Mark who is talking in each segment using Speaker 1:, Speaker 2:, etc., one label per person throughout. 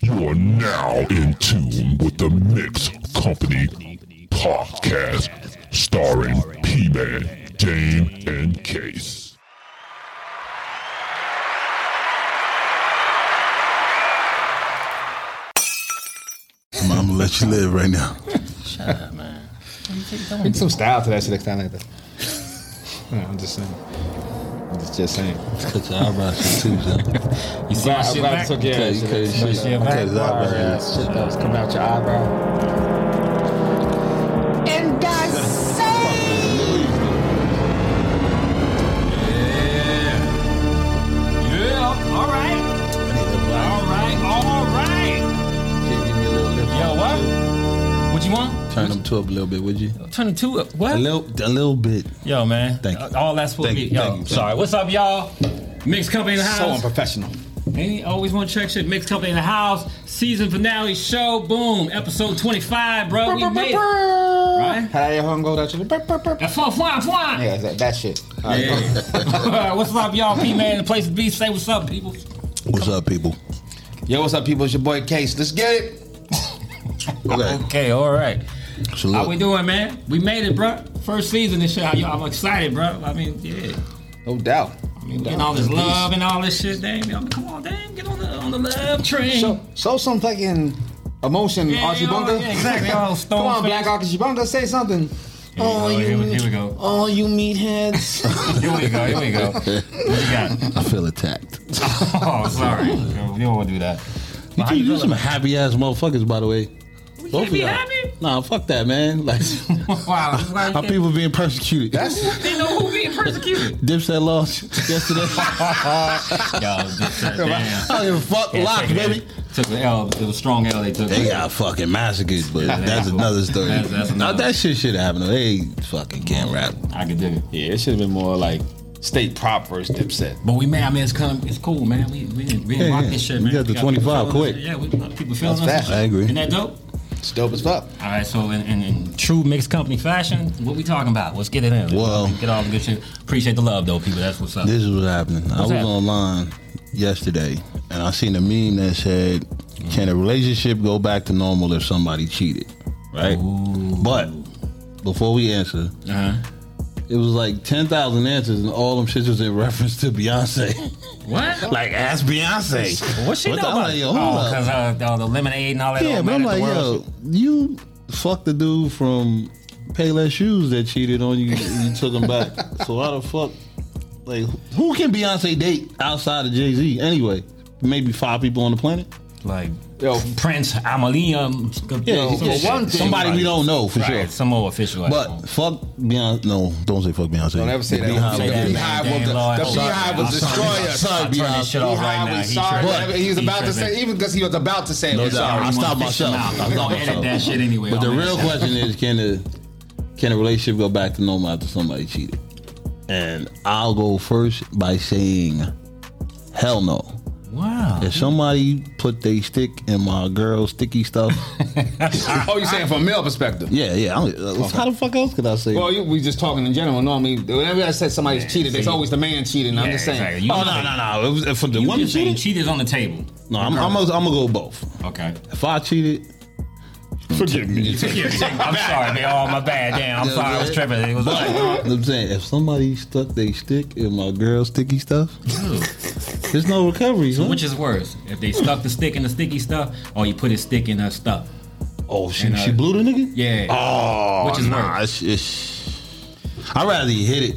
Speaker 1: You are now in tune with the Mix Company podcast, starring P Man, Dane, and Case.
Speaker 2: I'm, I'm gonna let you live right now.
Speaker 3: Bring some style to that shit next time like that. No, I'm just saying. I'm just, just saying.
Speaker 2: Cut your eyebrows too, John.
Speaker 3: You see I'm glad you took your
Speaker 2: Cut, you
Speaker 3: ass.
Speaker 2: cut your shit.
Speaker 3: Shit
Speaker 2: Cut his eyebrows.
Speaker 3: that was coming out your eyebrow.
Speaker 4: Yeah, all right, all right, all right. Yo, what? What you want?
Speaker 2: Turn them two up a little bit, would you?
Speaker 4: Turn the two up.
Speaker 2: A
Speaker 4: What?
Speaker 2: little, a little bit.
Speaker 4: Yo, man.
Speaker 2: Thank you.
Speaker 4: All that's for
Speaker 2: Thank
Speaker 4: me.
Speaker 2: you,
Speaker 4: Yo,
Speaker 2: thank you.
Speaker 4: sorry. What's up, y'all? Mixed Company in the
Speaker 3: So
Speaker 4: house.
Speaker 3: unprofessional.
Speaker 4: Ain't always want to check shit. Mixed Company in the house. Season finale show. Boom. Episode 25, bro. We made it.
Speaker 3: Right?
Speaker 4: Right?
Speaker 3: How that hung go that shit?
Speaker 4: That's fun, fun, fun.
Speaker 3: Yeah, that, that shit. All right.
Speaker 4: Yeah. what's up, y'all? P-Man, the place to be. Say what's up, people.
Speaker 2: What's up, people?
Speaker 3: Yo, what's up, people? It's your boy Case. Let's get it.
Speaker 2: Okay.
Speaker 4: Okay, all right.
Speaker 2: So
Speaker 4: How we
Speaker 2: look,
Speaker 4: doing, man? We made it, bro. First season and shit. Yo, I'm excited, bro. I mean, yeah.
Speaker 3: No doubt.
Speaker 4: I mean, getting all this love and all this shit, dang. yo, Come on, dang. Get on the, on the love train.
Speaker 3: Show, show some fucking emotion,
Speaker 4: Yeah,
Speaker 3: Archie
Speaker 4: yo,
Speaker 3: Bunker.
Speaker 4: yeah, exactly. Yo, stone
Speaker 3: Come on,
Speaker 4: face.
Speaker 3: Black Archie Bunker, say something. Oh,
Speaker 4: go,
Speaker 3: you,
Speaker 4: here we- here we go.
Speaker 3: Oh, you meatheads.
Speaker 4: Here we go. Here we go. What you got?
Speaker 2: I feel attacked.
Speaker 4: Oh, sorry. Yo, You don't want to do that.
Speaker 2: You,
Speaker 4: Well, how
Speaker 2: two-
Speaker 4: you
Speaker 2: you
Speaker 4: feeling?
Speaker 2: some happy ass motherfuckers, by the way.
Speaker 4: We
Speaker 2: Both
Speaker 4: can't
Speaker 2: of
Speaker 4: be
Speaker 2: y'all.
Speaker 4: happy.
Speaker 2: Nah, fuck that, man. Like,
Speaker 4: Wow. That's why you
Speaker 2: our
Speaker 4: can't-
Speaker 2: people being persecuted.
Speaker 4: They know who being persecuted.
Speaker 2: Dipset lost yesterday.
Speaker 4: Yo, just that
Speaker 2: I don't give a fuck. Lock, baby.
Speaker 4: Took the L. It was strong L they took.
Speaker 2: They got fucking massacred, but
Speaker 4: they
Speaker 2: that's
Speaker 4: got-
Speaker 2: another story.
Speaker 4: That's- that's
Speaker 2: Not
Speaker 4: another-
Speaker 2: that shit should happen. though. They fucking can't rap.
Speaker 4: I can dig it.
Speaker 5: Yeah, it should have been more like state prop versus Dipset.
Speaker 4: But we man, I mean, it's come, it's cool, man. We we, we
Speaker 2: Yeah,
Speaker 4: rock
Speaker 2: yeah.
Speaker 4: this shit,
Speaker 2: We
Speaker 4: man.
Speaker 2: got the
Speaker 4: people
Speaker 2: 25
Speaker 4: feeling
Speaker 2: quick.
Speaker 4: us. Yeah, we got people feeling
Speaker 3: That's
Speaker 4: us.
Speaker 3: fast.
Speaker 2: I agree.
Speaker 4: Isn't that dope?
Speaker 3: it's dope as fuck.
Speaker 4: All right, so in, in, in true mixed company fashion, what we talking about? Let's get it in.
Speaker 2: Well-
Speaker 4: get all the good shit. Appreciate the love, though, people. That's what's up.
Speaker 2: This is what's happening. I was
Speaker 4: happening?
Speaker 2: online yesterday and I seen a meme that said, Can a relationship go back to normal if somebody cheated? Right? But before we answer,
Speaker 4: Uh-huh.
Speaker 2: it was like 10,000 answers and all them shits was in reference to Beyonce.
Speaker 4: What?
Speaker 2: like, ask Beyonce.
Speaker 4: What's she
Speaker 2: What
Speaker 4: know
Speaker 2: the- I'm
Speaker 4: about?
Speaker 2: like,
Speaker 4: it?
Speaker 2: yo,
Speaker 4: oh,
Speaker 2: hold up.
Speaker 4: because uh, all the lemonade and all that.
Speaker 2: Yeah,
Speaker 4: all
Speaker 2: but I'm
Speaker 4: mad at
Speaker 2: like,
Speaker 4: the world.
Speaker 2: yo, you fucked the dude from Payless Shoes that cheated on you and you took him back. So why the fuck, like, who can Beyonce date outside of Jay Z anyway? Maybe five people on the planet.
Speaker 4: like
Speaker 3: Yo.
Speaker 4: Prince Amalium.
Speaker 2: Yeah,
Speaker 3: well, one thing-
Speaker 2: somebody we don't know for
Speaker 4: Right,
Speaker 2: sure.
Speaker 4: some old official. like,
Speaker 2: But fuck Beyonce. No, don't say fuck Beyonce.
Speaker 3: Don't ever say that.
Speaker 2: Beehive
Speaker 4: Say that,
Speaker 2: is-
Speaker 4: man.
Speaker 3: Beehive
Speaker 4: Damn,
Speaker 3: will- the-
Speaker 4: Lord.
Speaker 3: the
Speaker 4: I'm
Speaker 3: Beehive will
Speaker 4: sorry.
Speaker 3: destroy
Speaker 4: I'm
Speaker 3: us.
Speaker 4: sorry,
Speaker 2: Beehive.
Speaker 4: turn this shit off right now.
Speaker 3: Beehive,
Speaker 4: He
Speaker 3: we sorry.
Speaker 4: tripping.
Speaker 3: Whatever he was
Speaker 4: He
Speaker 3: about to
Speaker 4: tripping.
Speaker 3: say, even because he was about to say it.
Speaker 2: No
Speaker 3: we're
Speaker 2: doubt.
Speaker 3: sorry.
Speaker 2: I stopped
Speaker 4: Fix your
Speaker 2: myself.
Speaker 4: mouth.
Speaker 2: I
Speaker 4: I'm
Speaker 2: stopped
Speaker 4: gonna edit that
Speaker 2: myself.
Speaker 4: shit anyway.
Speaker 2: But the
Speaker 4: I'll
Speaker 2: real
Speaker 4: edit that.
Speaker 2: question is, can a can a relationship go back to normal after somebody cheated? And I'll go first by saying, hell no.
Speaker 4: Wow.
Speaker 2: If somebody put they stick in my girl's sticky stuff,
Speaker 3: Oh, you saying from a male perspective?
Speaker 2: yeah, yeah. I'm, uh, How the fuck else could I say?
Speaker 3: Well, you, we just talking in general. Normally, whenever I said somebody's cheated, it's
Speaker 4: see.
Speaker 3: always the man cheating. I'm
Speaker 4: Yeah,
Speaker 3: just saying.
Speaker 4: exactly. You
Speaker 2: oh
Speaker 4: just
Speaker 2: no,
Speaker 4: saying-
Speaker 2: no, no. It was, if the
Speaker 4: You
Speaker 2: woman
Speaker 4: just saying
Speaker 2: cheated,
Speaker 4: cheaters on the table.
Speaker 2: no, I'm, I'm, gonna, I'm gonna go both.
Speaker 4: Okay.
Speaker 2: If I cheated,
Speaker 5: Forgive me.
Speaker 4: Yeah, I'm sorry, man. Oh, my bad. Damn, I'm
Speaker 2: Yeah,
Speaker 4: sorry. I was
Speaker 2: man.
Speaker 4: tripping. It was like,
Speaker 2: I'm saying if somebody stuck they stick in my girl's sticky stuff, there's no recovery.
Speaker 3: Hmm?
Speaker 2: son.
Speaker 4: which is worse? If they stuck the stick in the sticky stuff, or you put a stick in her stuff?
Speaker 2: Oh, she,
Speaker 4: And, uh,
Speaker 2: she blew the nigga?
Speaker 4: Yeah.
Speaker 2: Oh,
Speaker 4: Which is
Speaker 2: nah,
Speaker 4: worse?
Speaker 2: it's- it's- I'd rather you hit it.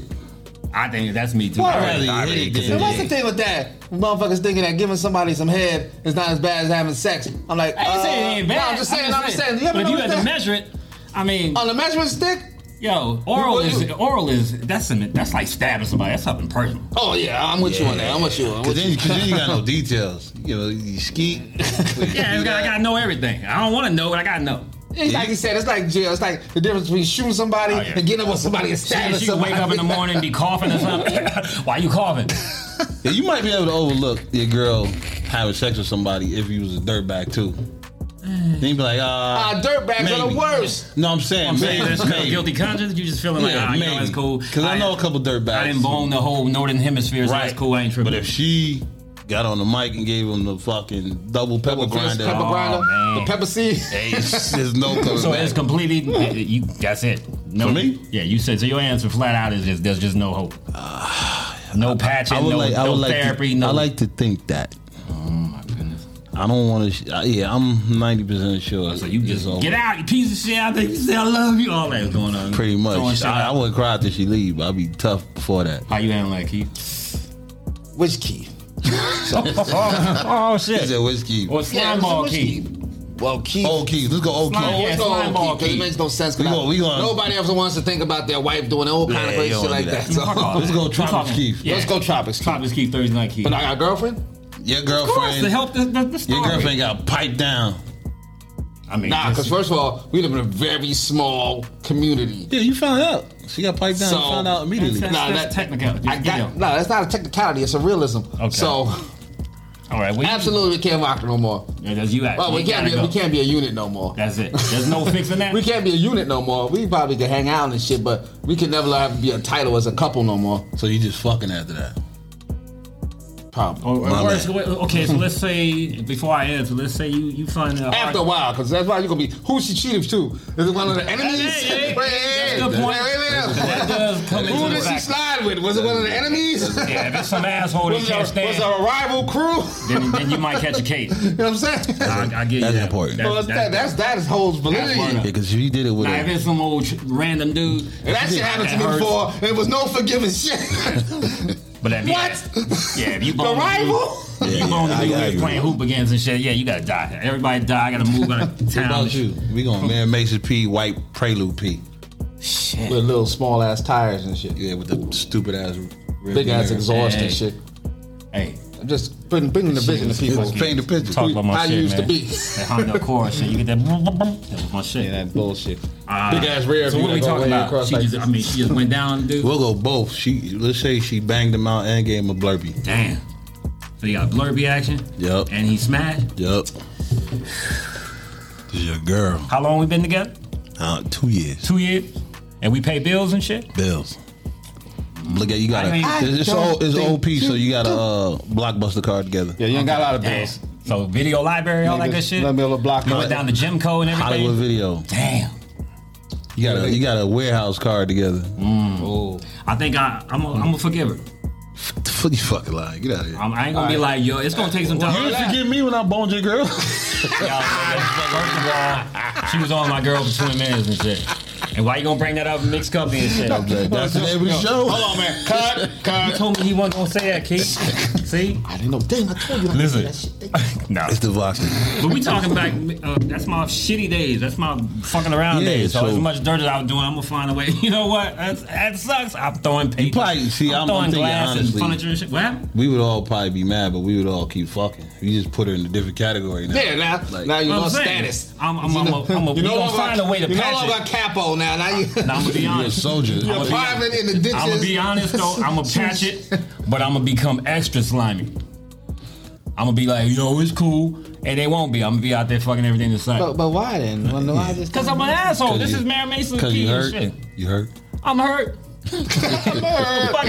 Speaker 4: I think that's me too.
Speaker 3: Why?
Speaker 4: I really- I really-
Speaker 2: Yeah,
Speaker 3: So
Speaker 2: yeah,
Speaker 3: what's the thing with that? Motherfuckers thinking that giving somebody some head is not as bad as having sex. I'm like,
Speaker 4: I ain't saying it ain't
Speaker 3: uh,
Speaker 4: bad.
Speaker 3: No, I'm just saying. I'm just saying. You
Speaker 4: but
Speaker 3: ever
Speaker 4: if you
Speaker 3: notice
Speaker 4: had to
Speaker 3: that?
Speaker 4: measure it, I mean,
Speaker 3: on the measurement stick?
Speaker 4: yo, oral
Speaker 3: what
Speaker 4: is
Speaker 3: you-
Speaker 4: oral is that's an, that's like stabbing somebody. That's something personal.
Speaker 3: Oh yeah, I'm with you on that. I'm with you. I'm
Speaker 2: Cause
Speaker 3: with
Speaker 2: then,
Speaker 3: you.
Speaker 2: cause then you got no details. You know, you skeet.
Speaker 4: Yeah, I gotta, I gotta know everything. I don't want to know, but I gotta know.
Speaker 3: It's like you said, it's like jail. It's like the difference between shooting somebody
Speaker 4: Oh, yeah.
Speaker 3: and getting up with somebody and
Speaker 4: She,
Speaker 3: stabbing
Speaker 4: she could
Speaker 3: somebody.
Speaker 4: wake up in the morning and be coughing or something. Why you coughing?
Speaker 2: Yeah, you might be able to overlook your girl having sex with somebody if you was a dirtbag too. Then you be like, ah,
Speaker 3: Ah, dirtbags are
Speaker 2: Maybe.
Speaker 3: the worst.
Speaker 2: no, I'm saying,
Speaker 4: I'm
Speaker 2: maybe,
Speaker 4: saying that's kind of
Speaker 2: maybe.
Speaker 4: guilty conscience. You just feeling like,
Speaker 2: Yeah,
Speaker 4: ah, you know,
Speaker 2: maybe.
Speaker 4: that's cool.
Speaker 2: Cause I, know a couple dirtbags.
Speaker 4: I didn't bone the whole northern hemisphere, so
Speaker 2: Right.
Speaker 4: that's cool. I ain't tripping.
Speaker 2: But if she got on the mic and gave him the fucking double pepper
Speaker 3: Pepper
Speaker 2: grinder.
Speaker 3: grinder, pepper grinder,
Speaker 4: Oh, man.
Speaker 3: the pepper seed.
Speaker 2: Hey, it's- there's no coming
Speaker 4: So
Speaker 2: back.
Speaker 4: it's completely eh, you. That's it. No,
Speaker 2: For me?
Speaker 4: Yeah, you said so. Your answer flat out is just there's just no hope. No patching.
Speaker 2: I would
Speaker 4: no,
Speaker 2: like. I
Speaker 4: no
Speaker 2: would like.
Speaker 4: therapy.
Speaker 2: to,
Speaker 4: no.
Speaker 2: I like to think that.
Speaker 4: My goodness.
Speaker 2: I don't want to. Sh- I- yeah, I'm 90 percent sure.
Speaker 4: So you just
Speaker 2: It's
Speaker 4: get
Speaker 2: over.
Speaker 4: out, you piece of shit. I think you say I love you. All that was going on.
Speaker 2: Pretty
Speaker 4: Throwing
Speaker 2: much.
Speaker 4: shit
Speaker 2: I, I
Speaker 4: out.
Speaker 2: wouldn't cry till she leave. But I'd be tough before that.
Speaker 4: How you handling that, Keith?
Speaker 3: Which key?
Speaker 4: oh, oh
Speaker 2: He said
Speaker 4: shit.
Speaker 2: whiskey.
Speaker 4: Or slime ball,
Speaker 3: which
Speaker 4: Keith.
Speaker 3: Well, key.
Speaker 2: Old keys. Let's go oh, old
Speaker 4: Slime.
Speaker 2: keys.
Speaker 4: Yeah,
Speaker 3: Let's go
Speaker 4: slime
Speaker 3: old
Speaker 4: ball
Speaker 3: key, 'cause
Speaker 4: key.
Speaker 3: it makes no sense. 'cause
Speaker 2: We
Speaker 3: I-
Speaker 2: gonna- we gonna-
Speaker 3: nobody else wants to think about their wife doing all kind
Speaker 2: Yeah,
Speaker 3: of
Speaker 2: you
Speaker 3: crazy
Speaker 2: don't
Speaker 3: shit like
Speaker 2: do
Speaker 3: that.
Speaker 2: that.
Speaker 3: so-
Speaker 4: Fuck off.
Speaker 2: Let's go
Speaker 4: Fuck off.
Speaker 2: Tropic Keith.
Speaker 4: Yeah.
Speaker 3: Let's go tropics. Key.
Speaker 4: Top is Keith Thursday night, Keith.
Speaker 3: But I got a girlfriend.
Speaker 2: Your
Speaker 4: of course, to
Speaker 2: girlfriend.
Speaker 4: help the, the, the story.
Speaker 2: Your girlfriend got piped down.
Speaker 4: I mean,
Speaker 3: Nah,
Speaker 4: this-
Speaker 3: because first of all, we live in a very small community.
Speaker 2: Yeah, you found out. She got piped down.
Speaker 3: So-
Speaker 2: you found out immediately.
Speaker 4: That's-
Speaker 3: Nah,
Speaker 4: that's
Speaker 3: that-
Speaker 4: technical.
Speaker 3: I got, no, that's not a technicality. It's a realism.
Speaker 4: Okay.
Speaker 3: So
Speaker 4: All right, we,
Speaker 3: absolutely, we can't rock it no more.
Speaker 4: Yeah, that's you.
Speaker 3: Well, we can't be, we can't be a unit no more.
Speaker 4: That's it. There's no fixing that.
Speaker 3: We can't be a unit no more. We probably can hang out and shit, but we can never have be a title as a couple no more.
Speaker 2: So you just fucking after that.
Speaker 3: Probably.
Speaker 4: Or- or
Speaker 2: My
Speaker 4: worse,
Speaker 2: man.
Speaker 4: wait, okay, Oh, so let's say before I answer, let's say you you find out
Speaker 3: After a while, because that's why you're gonna be who she cheated to. Is it one of the enemies?
Speaker 4: yeah, yeah.
Speaker 3: Wait, wait,
Speaker 4: That's a good
Speaker 3: wait,
Speaker 4: point.
Speaker 3: wait, wait.
Speaker 4: that does come
Speaker 3: Who
Speaker 4: into
Speaker 3: did she
Speaker 4: effect.
Speaker 3: slide with? Was it one of the enemies?
Speaker 4: Yeah, if it's some asshole that
Speaker 3: Was it,
Speaker 4: can't
Speaker 3: a, was it
Speaker 4: stand,
Speaker 3: a rival crew?
Speaker 4: then, then you might catch a case.
Speaker 3: you know what I'm saying?
Speaker 4: I, I get you.
Speaker 2: That's
Speaker 4: that.
Speaker 2: important.
Speaker 3: Well, that, that's that is holds validity.
Speaker 4: That's one
Speaker 2: Yeah, because you did it with
Speaker 4: Now, if
Speaker 2: a
Speaker 4: it's some old tr- random dude,
Speaker 3: And that shit happened to
Speaker 4: That
Speaker 3: me
Speaker 4: hurts.
Speaker 3: before, and it was no forgiving shit.
Speaker 4: but if you,
Speaker 3: what?
Speaker 4: Yeah, if you
Speaker 3: The
Speaker 4: bone the dude-
Speaker 3: rival?
Speaker 4: if
Speaker 2: Yeah,
Speaker 4: you bone
Speaker 2: yeah,
Speaker 4: the dude
Speaker 2: I- I
Speaker 4: that's
Speaker 2: agree.
Speaker 4: playing hoop against and shit, yeah, you gotta die. Everybody die. I gotta move out of town.
Speaker 2: How about you? We gonna man Mason P white prelude P.
Speaker 4: Shit.
Speaker 3: With little small ass tires and shit,
Speaker 2: Yeah, with the stupid ass rear
Speaker 3: big ass
Speaker 2: mirror.
Speaker 3: exhaust
Speaker 4: Hey.
Speaker 3: and shit.
Speaker 4: Hey,
Speaker 3: I'm just bringing, bringing the vision to people.
Speaker 2: It's Paint the picture.
Speaker 4: talk about my
Speaker 3: I
Speaker 4: shit,
Speaker 3: used
Speaker 4: man.
Speaker 3: to be.
Speaker 4: That Honda Accord shit. You get that? boom, boom, boom. That was my shit.
Speaker 3: that bullshit.
Speaker 4: Ah.
Speaker 3: Big ass rear.
Speaker 4: So
Speaker 3: view
Speaker 4: what are we
Speaker 3: that go
Speaker 4: talking
Speaker 3: way
Speaker 4: about?
Speaker 3: across
Speaker 4: She
Speaker 3: like-
Speaker 4: just, I mean, she just went down, dude.
Speaker 2: We'll go both. She let's say she banged him out and gave him a blurpee.
Speaker 4: Damn. So you got blurby action.
Speaker 2: Yup.
Speaker 4: And he smashed.
Speaker 2: Yup. This is your girl.
Speaker 4: How long we been together?
Speaker 2: Uh, two years.
Speaker 4: Two years. And we pay bills and shit.
Speaker 2: Bills. Look at you got
Speaker 4: I
Speaker 2: to
Speaker 4: mean-
Speaker 2: it's, it's
Speaker 3: I don't
Speaker 2: old it's
Speaker 3: think
Speaker 2: old piece, so
Speaker 3: you
Speaker 2: you got to uh, blockbuster card together.
Speaker 3: yeah, you ain't got a lot of
Speaker 4: Damn.
Speaker 3: bills.
Speaker 4: So video library, all that good shit.
Speaker 3: Let me
Speaker 4: You
Speaker 3: a little block.
Speaker 4: went down to Jim Co and everything.
Speaker 2: Hollywood video.
Speaker 4: Damn.
Speaker 2: You got a you got a warehouse card together.
Speaker 3: Oh.
Speaker 4: I think I, I'm gonna I'm a forgive her.
Speaker 2: Fuck you fucking lying. Get out of here.
Speaker 4: I'm, I ain't gonna be like, yo, it's gonna take some time.
Speaker 2: You
Speaker 4: Yo,
Speaker 2: didn't forget me when I boned your girl.
Speaker 4: man, First of all, she was on my girl for 20 minutes and shit. And why you gonna bring that up in mixed company and shit?
Speaker 2: That's the name of the show.
Speaker 3: Hold on, man. Cut,
Speaker 4: He
Speaker 3: cut.
Speaker 4: told me he wasn't gonna say that, Keith. See?
Speaker 3: I didn't know. Dang, I told you.
Speaker 4: Listen. No.
Speaker 2: It's the Voxer.
Speaker 4: But we talking back. Uh, that's my shitty days. That's my fucking around
Speaker 2: Yeah,
Speaker 4: days. So,
Speaker 2: so-
Speaker 4: as much dirt as I was doing, I'm gonna find a way. You know what? That's, that sucks. I'm throwing paper.
Speaker 2: probably- see, I'm- I'm
Speaker 4: throwing
Speaker 2: thinking
Speaker 4: glass
Speaker 2: honestly.
Speaker 4: and furniture and shit. What? happened?
Speaker 2: We would all probably be mad, but we would all keep fucking. You just put her in a different category now.
Speaker 3: Yeah, now,
Speaker 2: Like-
Speaker 3: now you
Speaker 4: What I'm
Speaker 3: know
Speaker 4: saying?
Speaker 3: status.
Speaker 4: I'm- I'm- I'm a- I'm a-
Speaker 3: You
Speaker 4: we
Speaker 3: no
Speaker 4: gonna
Speaker 3: longer-
Speaker 4: find a way to
Speaker 3: You
Speaker 4: patch
Speaker 3: no longer
Speaker 4: it.
Speaker 3: a capo now. Now you.
Speaker 4: Now, I'm gonna be
Speaker 2: You're a
Speaker 4: honest.
Speaker 2: soldier.
Speaker 4: I'm
Speaker 3: You're
Speaker 4: gonna
Speaker 3: private in the ditches.
Speaker 4: I'm gonna be honest though. I'm gonna patch it, but I'm gonna become extra slimy. I'm gonna be like, yo, it's cool, and they won't be. I'm gonna be out there fucking everything in sight.
Speaker 3: But,
Speaker 2: Oh.
Speaker 3: but why then? Why- why just-
Speaker 4: Cause I'm an asshole.
Speaker 2: 'Cause
Speaker 4: This
Speaker 2: you-
Speaker 4: is Mary Mason's
Speaker 2: Cause
Speaker 4: key
Speaker 2: you
Speaker 4: and
Speaker 2: hurt.
Speaker 4: shit.
Speaker 2: You hurt.
Speaker 4: I'm hurt. Fuck.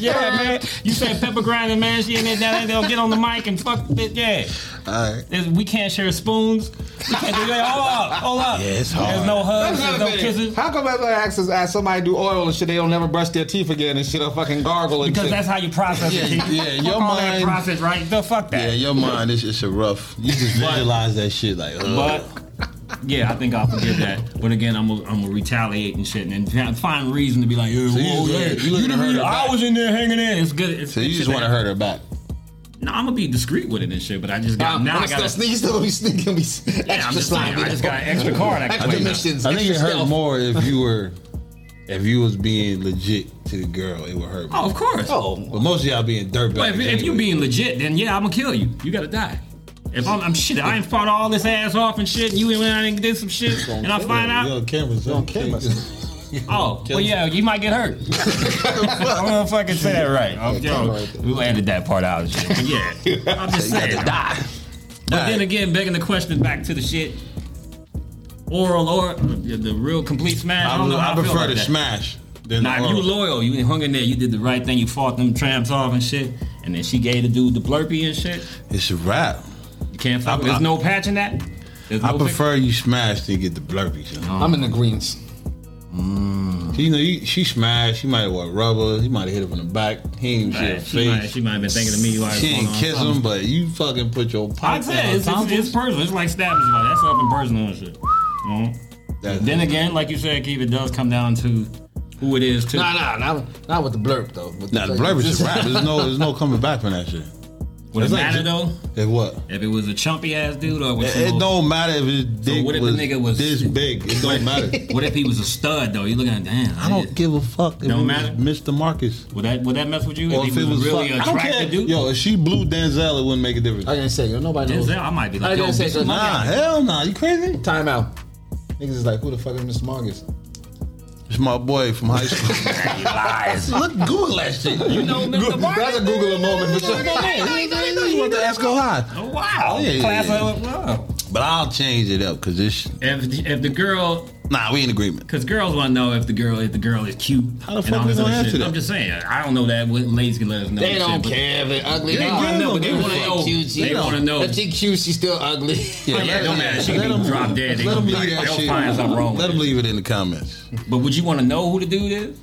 Speaker 4: yeah, man. You said pepper grinding, man. She in there down there. They'll get on the mic and fuck it. Yeah.
Speaker 2: All right.
Speaker 4: There's- we can't share spoons. We can't do that. Hold up. Hold up.
Speaker 2: Yeah, it's hard.
Speaker 4: There's no hugs.
Speaker 3: That's
Speaker 4: There's
Speaker 3: another
Speaker 4: no
Speaker 3: thing.
Speaker 4: kisses.
Speaker 3: How come everybody asks, asks somebody to do oil and shit? They don't never brush their teeth again and shit. Or fucking gargle and
Speaker 4: Because
Speaker 3: shit.
Speaker 4: that's how you process it.
Speaker 2: Yeah,
Speaker 4: Keith.
Speaker 2: yeah,
Speaker 4: Fuck
Speaker 2: your
Speaker 4: all that
Speaker 2: mind-
Speaker 4: process, right? The fuck that.
Speaker 2: Yeah, your mind is it's a rough. You just visualize that shit like. Ugh.
Speaker 4: But yeah, I think I'll forgive that. But again, I'm gonna I'm gonna retaliate and shit, and then find reason to be like, yeah,
Speaker 2: you
Speaker 4: whoa,
Speaker 2: just-
Speaker 4: yeah,
Speaker 2: you looking
Speaker 4: you the
Speaker 2: to hurt
Speaker 4: reason-
Speaker 2: her
Speaker 4: I
Speaker 2: back.
Speaker 4: was in there hanging in. It's good. It's,
Speaker 2: so you just want to hurt her back.
Speaker 4: No, I'm gonna be discreet with it and shit, but I just got
Speaker 3: Um,
Speaker 4: now.
Speaker 3: I'm
Speaker 4: I
Speaker 3: still
Speaker 4: gotta
Speaker 3: sneaky, still gonna be sneaky, be s-
Speaker 4: Yeah, I'm
Speaker 3: extra
Speaker 4: just saying,
Speaker 3: slimy.
Speaker 4: I just got an extra card. I can
Speaker 3: Extra
Speaker 4: play
Speaker 3: missions.
Speaker 2: I think it
Speaker 3: extra
Speaker 2: hurt
Speaker 3: stealth.
Speaker 2: more if you were, if you was being legit to the girl. It would hurt. More.
Speaker 4: Oh, of course.
Speaker 3: Oh,
Speaker 2: But most of y'all being dirtbags.
Speaker 4: But if, if you
Speaker 2: anyway.
Speaker 4: being legit, then yeah, I'm gonna kill you. You gotta die. If I'm, I'm shit, I ain't fought all this ass off and shit. You went out and did some shit, and I find
Speaker 2: You
Speaker 4: out,
Speaker 2: on camera, son.
Speaker 3: camera,
Speaker 4: oh, well, yeah, you might get hurt. I'm gonna fucking say that right. Oh, yo, we added that part out. and shit. But yeah, I'm just
Speaker 2: You got
Speaker 4: saying.
Speaker 2: to
Speaker 4: But
Speaker 2: die.
Speaker 4: then again, begging the question back to the shit, oral or the, the real complete smash. I
Speaker 2: I,
Speaker 4: don't know.
Speaker 2: I,
Speaker 4: how feel
Speaker 2: prefer
Speaker 4: about
Speaker 2: to
Speaker 4: that.
Speaker 2: smash. Than
Speaker 4: Now, if
Speaker 2: oral.
Speaker 4: you loyal, you hung in there, you did the right thing, you fought them tramps off and shit, and then she gave the dude the blurpee and shit.
Speaker 6: It's a wrap.
Speaker 4: You can't fuck.
Speaker 6: I-
Speaker 4: There's
Speaker 6: I-
Speaker 4: no patching that. There's
Speaker 6: I
Speaker 4: no
Speaker 6: prefer you smash than get the blurpee. son.
Speaker 4: Oh.
Speaker 3: I'm in the greens.
Speaker 2: She, you know, you, she smashed. She might have wore rubber. He might have hit her from the back. He ain't
Speaker 4: fix-
Speaker 2: shit
Speaker 4: Right,
Speaker 2: her
Speaker 4: she, might,
Speaker 2: face.
Speaker 4: she might have been thinking of me like
Speaker 2: She
Speaker 4: what's
Speaker 2: ain't
Speaker 4: going on.
Speaker 2: kiss him, but you fucking put your
Speaker 4: I
Speaker 2: pipe
Speaker 4: said
Speaker 2: down.
Speaker 4: it's, it's, it's personal. It's like stabbing somebody. That's something personal and shit. Mhm.
Speaker 2: That's-
Speaker 4: Then again, like you said, Keith, it does come down to who it is too.
Speaker 3: Nah, nah, not, not with the blurb though. With
Speaker 2: Nah, the blurb is a wrap. There's no, there's no coming back from that shit.
Speaker 4: Would it
Speaker 2: It's like
Speaker 4: matter
Speaker 2: ju-
Speaker 4: though?
Speaker 2: If what?
Speaker 4: If it was a chumpy ass dude or was
Speaker 2: It,
Speaker 4: some
Speaker 2: it
Speaker 4: little-
Speaker 2: don't matter if his dick
Speaker 4: what if the
Speaker 2: was,
Speaker 4: nigga was-
Speaker 2: this big. It don't matter.
Speaker 4: What if he was a stud though? You looking at damn?
Speaker 2: I don't give a fuck. If
Speaker 4: Don't
Speaker 2: it was
Speaker 4: matter?
Speaker 2: Mr. Marcus.
Speaker 4: Would that would that mess with you?
Speaker 2: Or
Speaker 4: if he was, a really
Speaker 2: fuck- I don't care.
Speaker 4: attractive dude.
Speaker 2: Yo, if she blew Denzel, it wouldn't make a difference.
Speaker 3: I didn't say yo. Nobody knows.
Speaker 4: Denzel, I might be
Speaker 3: I
Speaker 4: like,
Speaker 3: didn't
Speaker 4: yo,
Speaker 3: say
Speaker 4: bitch,
Speaker 3: that.
Speaker 4: look
Speaker 3: Nah.
Speaker 4: at-
Speaker 2: Nah, hell nah. You crazy?
Speaker 3: Time out. Niggas is like, who the fuck is Mr. Marcus?
Speaker 2: It's my boy from high school.
Speaker 4: he lies.
Speaker 2: Look, Google that shit. You know,
Speaker 4: No, Mr.
Speaker 3: That's a
Speaker 4: Marcus.
Speaker 3: Google moment for sure.
Speaker 2: you want to ask go high.
Speaker 4: oh, Wow.
Speaker 2: Oh, Yeah, yeah,
Speaker 4: Class
Speaker 2: yeah.
Speaker 4: of wow.
Speaker 2: But I'll change it up because this.
Speaker 4: If the, if the girl,
Speaker 2: Nah, we in agreement.
Speaker 4: because girls want to know if the girl if the girl is cute.
Speaker 2: How the
Speaker 4: and
Speaker 2: fuck
Speaker 4: all
Speaker 2: we
Speaker 4: this
Speaker 2: gonna
Speaker 4: other
Speaker 2: answer
Speaker 4: shit.
Speaker 2: that?
Speaker 4: I'm just saying. I don't know that. What ladies can let us know.
Speaker 3: They
Speaker 4: and
Speaker 3: don't
Speaker 4: shit, but-
Speaker 3: care if it's ugly.
Speaker 4: They
Speaker 3: They
Speaker 4: wanna
Speaker 3: don't
Speaker 4: know,
Speaker 3: know,
Speaker 4: but they
Speaker 3: they
Speaker 4: wanna know. They wanna know.
Speaker 3: If she cute, she still ugly.
Speaker 4: Oh, yeah, it don't matter. She
Speaker 2: Let
Speaker 4: can
Speaker 2: 'em-
Speaker 4: be drop dead. They
Speaker 2: Let
Speaker 4: gonna
Speaker 2: them
Speaker 4: be
Speaker 2: leave
Speaker 4: like,
Speaker 2: that
Speaker 4: they'll
Speaker 2: shit.
Speaker 4: find something wrong.
Speaker 2: Let
Speaker 4: with
Speaker 2: them
Speaker 4: it.
Speaker 2: leave it in the comments.
Speaker 4: But would you want to know who the dude is?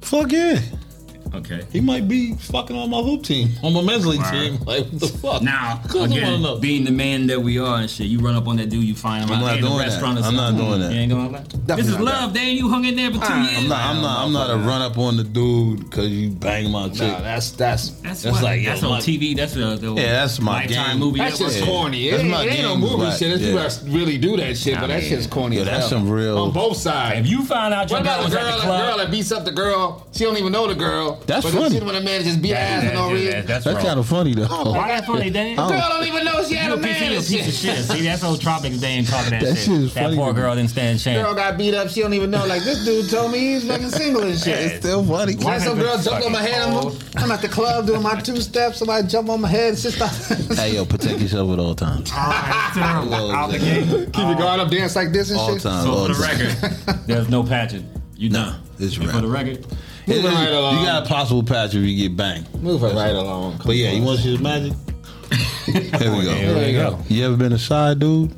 Speaker 2: Fuck yeah.
Speaker 4: Okay.
Speaker 2: He might be fucking on my hoop team, on my men's league
Speaker 4: Wow.
Speaker 2: team. Like, what the fuck?
Speaker 4: Now,
Speaker 2: Cause I wanna know.
Speaker 4: again, being the man that we are and shit, you run up on that dude, you find him
Speaker 2: I'm
Speaker 4: out
Speaker 2: not
Speaker 4: in the
Speaker 2: doing
Speaker 4: restaurant
Speaker 2: that.
Speaker 4: or
Speaker 2: I'm
Speaker 4: something.
Speaker 2: not doing that.
Speaker 4: You ain't going like that? This is
Speaker 3: not
Speaker 4: love, Dan. You hung in there for two years.
Speaker 2: I'm not. I'm not. I'm not a run up on the dude because you bang my chick.
Speaker 3: Nah, that's that's
Speaker 4: That's,
Speaker 2: That's like,
Speaker 4: what, like
Speaker 2: yo,
Speaker 4: that's on
Speaker 2: my-
Speaker 4: TV. That's a, the
Speaker 2: Yeah, that's my
Speaker 4: lifetime
Speaker 2: game.
Speaker 4: movie.
Speaker 3: That's
Speaker 4: network.
Speaker 3: just
Speaker 2: Yeah.
Speaker 3: corny. It,
Speaker 2: That's
Speaker 3: ain't-
Speaker 2: my
Speaker 3: it ain't no
Speaker 2: game's
Speaker 3: movie
Speaker 2: right,
Speaker 3: shit. That's
Speaker 2: yeah.
Speaker 3: people that really do that shit, but
Speaker 4: I
Speaker 3: that
Speaker 4: mean,
Speaker 3: shit's corny.
Speaker 2: yeah,
Speaker 3: as
Speaker 2: that's
Speaker 3: hell.
Speaker 2: some real-
Speaker 4: Oh,
Speaker 3: on both sides.
Speaker 4: If you find out
Speaker 3: what
Speaker 4: your girl
Speaker 3: about
Speaker 4: was
Speaker 3: the
Speaker 4: at
Speaker 3: girl,
Speaker 4: the
Speaker 3: the
Speaker 4: club,
Speaker 3: girl that beats up the girl? She don't even know the girl.
Speaker 2: That's
Speaker 3: but
Speaker 2: funny.
Speaker 3: She when a man just beat her ass for no reason.
Speaker 4: that's,
Speaker 2: That's Oh. kind of funny though.
Speaker 4: Why that funny, Dan?
Speaker 3: Girl don't even know she had
Speaker 4: You
Speaker 3: a
Speaker 4: a piece,
Speaker 3: man.
Speaker 4: you a
Speaker 3: and
Speaker 4: piece of
Speaker 3: shit.
Speaker 4: shit. See, that's old Tropics Dan talking that,
Speaker 2: That
Speaker 4: shit.
Speaker 2: shit is
Speaker 4: that
Speaker 2: funny
Speaker 4: poor
Speaker 2: to me.
Speaker 4: girl didn't stand a chance.
Speaker 3: Girl got beat up. She don't even know. Like this dude told me he's fucking single and shit.
Speaker 4: Yeah.
Speaker 2: Still funny.
Speaker 3: Then some girl jumped on my head. I'm, I'm at the club doing my two steps. Somebody jump on my head, sister.
Speaker 2: Hey yo, protect yourself at all times.
Speaker 4: Out the gate.
Speaker 3: Keep your guard up, dance like this and
Speaker 2: All
Speaker 3: shit.
Speaker 2: times.
Speaker 4: So
Speaker 2: all
Speaker 4: for the
Speaker 2: time.
Speaker 4: record, there's no patching. You
Speaker 2: Nah,
Speaker 4: done.
Speaker 2: it's
Speaker 4: And
Speaker 2: rap.
Speaker 4: for the record,
Speaker 2: It is-
Speaker 3: Moving right along.
Speaker 2: you got a possible patch if you get banged.
Speaker 3: Move her right along.
Speaker 2: But yeah, you want to see the magic? Here we go.
Speaker 3: There you go.
Speaker 2: You ever been a side dude?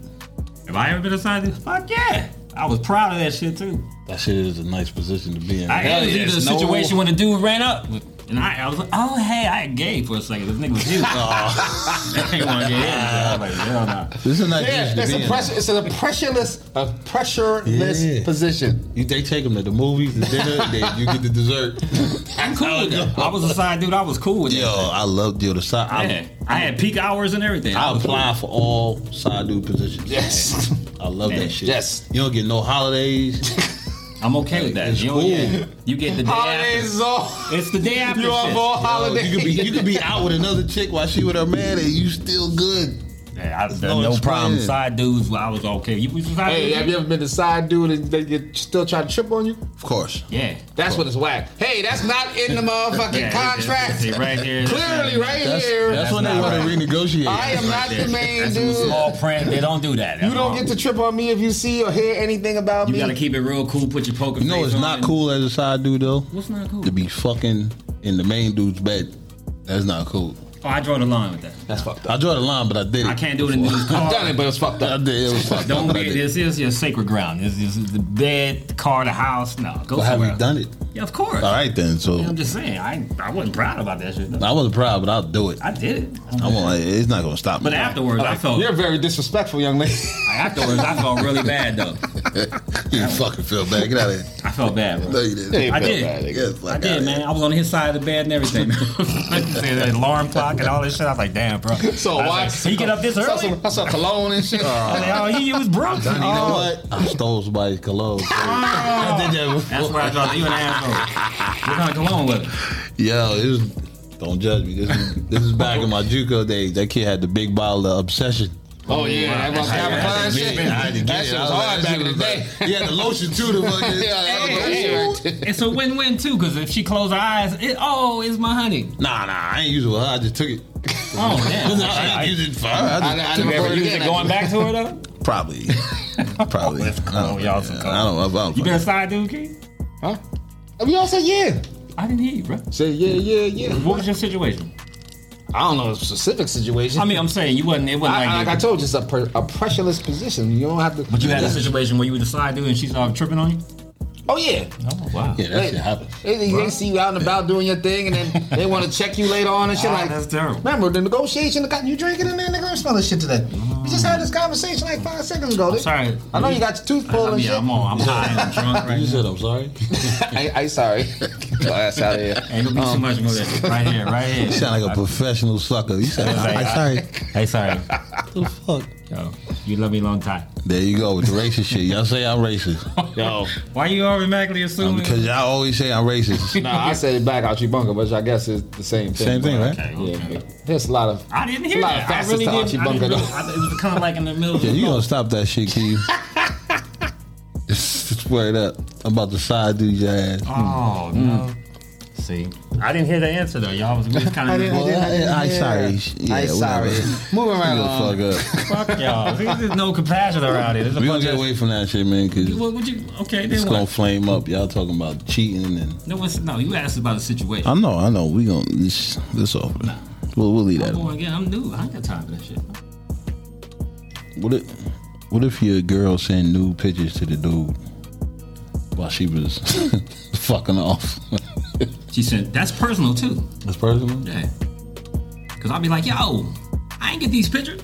Speaker 4: have I ever been a side dick? Fuck yeah. I was proud of that shit too.
Speaker 2: That shit is a nice position to be in.
Speaker 4: I had
Speaker 3: yeah,
Speaker 4: either a
Speaker 3: it's no-
Speaker 4: situation when the dude ran up. And I, I was like, oh, hey, I ain't gay for a second. This nigga was you. I ain't want to get in. I was like, hell no.
Speaker 2: this is a nice
Speaker 3: Yeah,
Speaker 2: position
Speaker 3: it's
Speaker 2: to be
Speaker 3: a
Speaker 2: in.
Speaker 3: pressure. It's a pressureless, a pressureless
Speaker 2: Yeah.
Speaker 3: position.
Speaker 2: You, they take them to the movies, the dinner, then you get the dessert.
Speaker 4: I'm cool with that. I was a side dude. I was cool with
Speaker 2: Yo,
Speaker 4: that.
Speaker 2: I love yo the side.
Speaker 4: Yeah.
Speaker 2: I,
Speaker 4: I had peak hours and everything.
Speaker 2: I apply for all side dude positions.
Speaker 3: Yes.
Speaker 2: I love that shit.
Speaker 3: Yes.
Speaker 2: You don't get no holidays.
Speaker 4: I'm okay with that.
Speaker 2: It's
Speaker 4: You, know,
Speaker 2: cool.
Speaker 4: yeah. you get the day
Speaker 3: Holidays is all.
Speaker 4: after. It's the day after.
Speaker 3: You are
Speaker 4: shit.
Speaker 3: more
Speaker 2: Yo,
Speaker 3: holidays.
Speaker 2: you could be you could be out with another chick while she with her man and you still good.
Speaker 4: Yeah, I,
Speaker 2: no
Speaker 4: no problem.
Speaker 2: explaining.
Speaker 4: Side dudes, well, I was okay. You was a side
Speaker 3: Hey,
Speaker 4: dude?
Speaker 3: have you ever been the side dude and they get, still try to trip on you?
Speaker 2: Of course.
Speaker 4: yeah.
Speaker 3: That's what it's whack. Hey, that's not in the motherfucking
Speaker 4: Yeah,
Speaker 3: contract.
Speaker 4: it's- it's right here.
Speaker 3: Clearly, right
Speaker 2: That's,
Speaker 3: here.
Speaker 2: that's when they
Speaker 4: not
Speaker 2: want
Speaker 4: right.
Speaker 2: to renegotiate.
Speaker 3: I am not
Speaker 4: there.
Speaker 3: the main
Speaker 4: That's
Speaker 3: dude.
Speaker 4: Small print. They don't do that.
Speaker 3: You don't get to trip on me if you see or hear anything about
Speaker 4: You
Speaker 3: me.
Speaker 4: gotta keep it real cool. Put your poker.
Speaker 2: you know
Speaker 4: face
Speaker 2: it's
Speaker 4: on
Speaker 2: not
Speaker 4: and-
Speaker 2: cool as a side dude though
Speaker 4: What's not cool?
Speaker 2: to be fucking in the main dude's bed. That's not cool.
Speaker 4: Oh, I draw the line with that.
Speaker 3: that's fucked
Speaker 2: I draw the line, but I did it.
Speaker 4: I can't do it in this
Speaker 3: I've
Speaker 4: car.
Speaker 3: done it, but it's fucked
Speaker 2: I
Speaker 3: up.
Speaker 2: did. It was fucked up,
Speaker 4: Don't
Speaker 2: but I
Speaker 4: be.
Speaker 2: did it.
Speaker 4: This is your sacred ground. This, this is the bed, the car, the house. No, go
Speaker 2: But have
Speaker 4: somewhere
Speaker 2: you
Speaker 4: else.
Speaker 2: done it?
Speaker 4: Yeah, of course.
Speaker 2: All right then. So
Speaker 4: Yeah, I'm just saying. I I wasn't proud about that shit. Though.
Speaker 2: I wasn't proud, but I'll do it.
Speaker 4: I did it.
Speaker 2: I won't. It's not gonna stop me.
Speaker 4: But afterwards, I felt.
Speaker 3: You're very disrespectful, young lady.
Speaker 4: Afterwards, I felt really bad though.
Speaker 2: you fucking feel bad. Get out of here.
Speaker 4: I felt bad. Bro.
Speaker 2: No, you didn't.
Speaker 4: I
Speaker 3: bad,
Speaker 4: did.
Speaker 2: Get the fuck
Speaker 4: I
Speaker 2: outta
Speaker 4: did,
Speaker 2: here.
Speaker 4: man. I was on his side of the bed and everything. I can say that alarm clock and all this shit. I was like, damn, bro.
Speaker 3: So
Speaker 4: I was
Speaker 3: why?
Speaker 4: like, he get up this
Speaker 3: I saw,
Speaker 4: early?
Speaker 3: some, I saw cologne and shit.
Speaker 4: I was like, oh, he, he was broke.
Speaker 2: You
Speaker 4: Oh.
Speaker 2: know what? I stole somebody's cologne. I did that
Speaker 4: oh. That's where I thought you an asshole. What kind of cologne was it?
Speaker 2: Yo, it was. Don't judge me. This is, this is back in my JUCO days. That kid had the big bottle of Obsession.
Speaker 3: oh yeah, that was
Speaker 4: That's
Speaker 3: Calvin
Speaker 4: how you
Speaker 3: Klein
Speaker 4: had to
Speaker 3: shit.
Speaker 4: be. I had to get
Speaker 3: That
Speaker 2: it.
Speaker 3: shit was
Speaker 2: I was
Speaker 3: hard
Speaker 2: like,
Speaker 3: back in
Speaker 2: that
Speaker 3: the
Speaker 2: shit
Speaker 3: day.
Speaker 2: Yeah, the lotion too. The fucking.
Speaker 3: Yeah, that was that shit right there.
Speaker 4: It's a win-win too, because if she closed her eyes, it oh, it's my honey.
Speaker 2: Nah, nah, I ain't using it. I just took it.
Speaker 4: Oh yeah.
Speaker 2: I didn't use it for her. I
Speaker 3: I,
Speaker 2: just
Speaker 3: I
Speaker 2: took
Speaker 3: never
Speaker 2: it.
Speaker 3: heard it
Speaker 4: Is it
Speaker 3: again.
Speaker 4: going back to her though?
Speaker 2: Probably. Probably.
Speaker 4: That's cool.
Speaker 2: I don't-
Speaker 4: Y'all some
Speaker 2: yeah,
Speaker 4: cool.
Speaker 2: I don't. I don't.
Speaker 4: You been a side dude, Keith?
Speaker 3: Huh? And we all said yeah.
Speaker 4: I didn't hear you, bro.
Speaker 3: Say yeah, yeah, yeah.
Speaker 4: What was your situation?
Speaker 3: I don't know a specific situation.
Speaker 4: I mean, I'm saying you wasn't. It wasn't
Speaker 3: I,
Speaker 4: like,
Speaker 3: like I
Speaker 4: that.
Speaker 3: told you, it's a, per, a pressureless position. You don't have to.
Speaker 4: But you had a situation where you were the side dude and she's uh, tripping on you.
Speaker 3: Oh yeah,
Speaker 4: Oh wow.
Speaker 6: Yeah, that shit happened.
Speaker 3: They, they- they see you out and about doing your thing, and then they want to check you later on and shit.
Speaker 4: Ah,
Speaker 3: like
Speaker 4: that's terrible.
Speaker 3: Remember the negotiation? The, you drinking in there? Nigga, I'm smelling shit today. We just had this conversation like five seconds ago.
Speaker 4: sorry.
Speaker 3: I know you got your tooth pulled
Speaker 4: I
Speaker 3: and
Speaker 4: mean,
Speaker 3: shit.
Speaker 4: I'm on. I'm high. I'm drunk right
Speaker 2: You
Speaker 4: now.
Speaker 2: said I'm sorry.
Speaker 3: I, I sorry. Glass out of here.
Speaker 4: Ain't gonna be too much more than right here, right here.
Speaker 2: Um, You sound like a professional sucker. You sound
Speaker 4: I-
Speaker 2: like, sorry.
Speaker 4: Hey, sorry.
Speaker 2: What the fuck?
Speaker 4: Yo, you love me a long time.
Speaker 2: There you go with the racist shit. Y'all say I'm racist
Speaker 3: Yo,
Speaker 4: Why you automatically assuming?
Speaker 2: Um, because y'all always say I'm racist.
Speaker 3: nah, I said it back out you bunker, which I guess is the same
Speaker 2: Same
Speaker 3: thing.
Speaker 2: thing,
Speaker 3: but-
Speaker 2: right?
Speaker 3: Yeah, but there's a lot of
Speaker 4: I didn't hear
Speaker 3: a lot
Speaker 4: that.
Speaker 3: of facets
Speaker 4: I really
Speaker 3: to
Speaker 4: didn't.
Speaker 3: Archie
Speaker 4: I didn't
Speaker 3: Bunker.
Speaker 4: know.
Speaker 3: though.
Speaker 4: I, it was kind of like in the middle. Of
Speaker 2: Yeah,
Speaker 4: the
Speaker 2: you
Speaker 4: thought.
Speaker 2: gonna stop that shit, Keith? Swear it up. I'm about to side dude your ass.
Speaker 4: Oh no. See, I didn't hear the answer though. Y'all was kind of
Speaker 3: didn't-
Speaker 2: Well, Mm. I, I, sorry. Yeah,
Speaker 3: I sorry.
Speaker 2: whatever.
Speaker 3: Moving right
Speaker 2: Shut
Speaker 3: along.
Speaker 4: Um,
Speaker 2: the fuck up.
Speaker 4: fuck y'all. See, There's no compassion around here. This is a
Speaker 2: We gonna
Speaker 4: fucking-
Speaker 2: get away from that shit, man, because
Speaker 4: What would you? Okay,
Speaker 2: it's
Speaker 4: then
Speaker 2: gonna
Speaker 4: what?
Speaker 2: flame up. Y'all talking about cheating and
Speaker 4: No, it's, no. You asked about a situation.
Speaker 2: I know, I know. We gonna this this off. We'll, we'll leave that.
Speaker 4: I'm going again. I'm new. I ain't got time for that shit.
Speaker 2: What if what if your girl sent nude pictures to the dude while she was fucking off?
Speaker 4: She said that's personal too.
Speaker 2: That's personal.
Speaker 4: Yeah. Cause I'll be like, yo, I ain't get these pictures.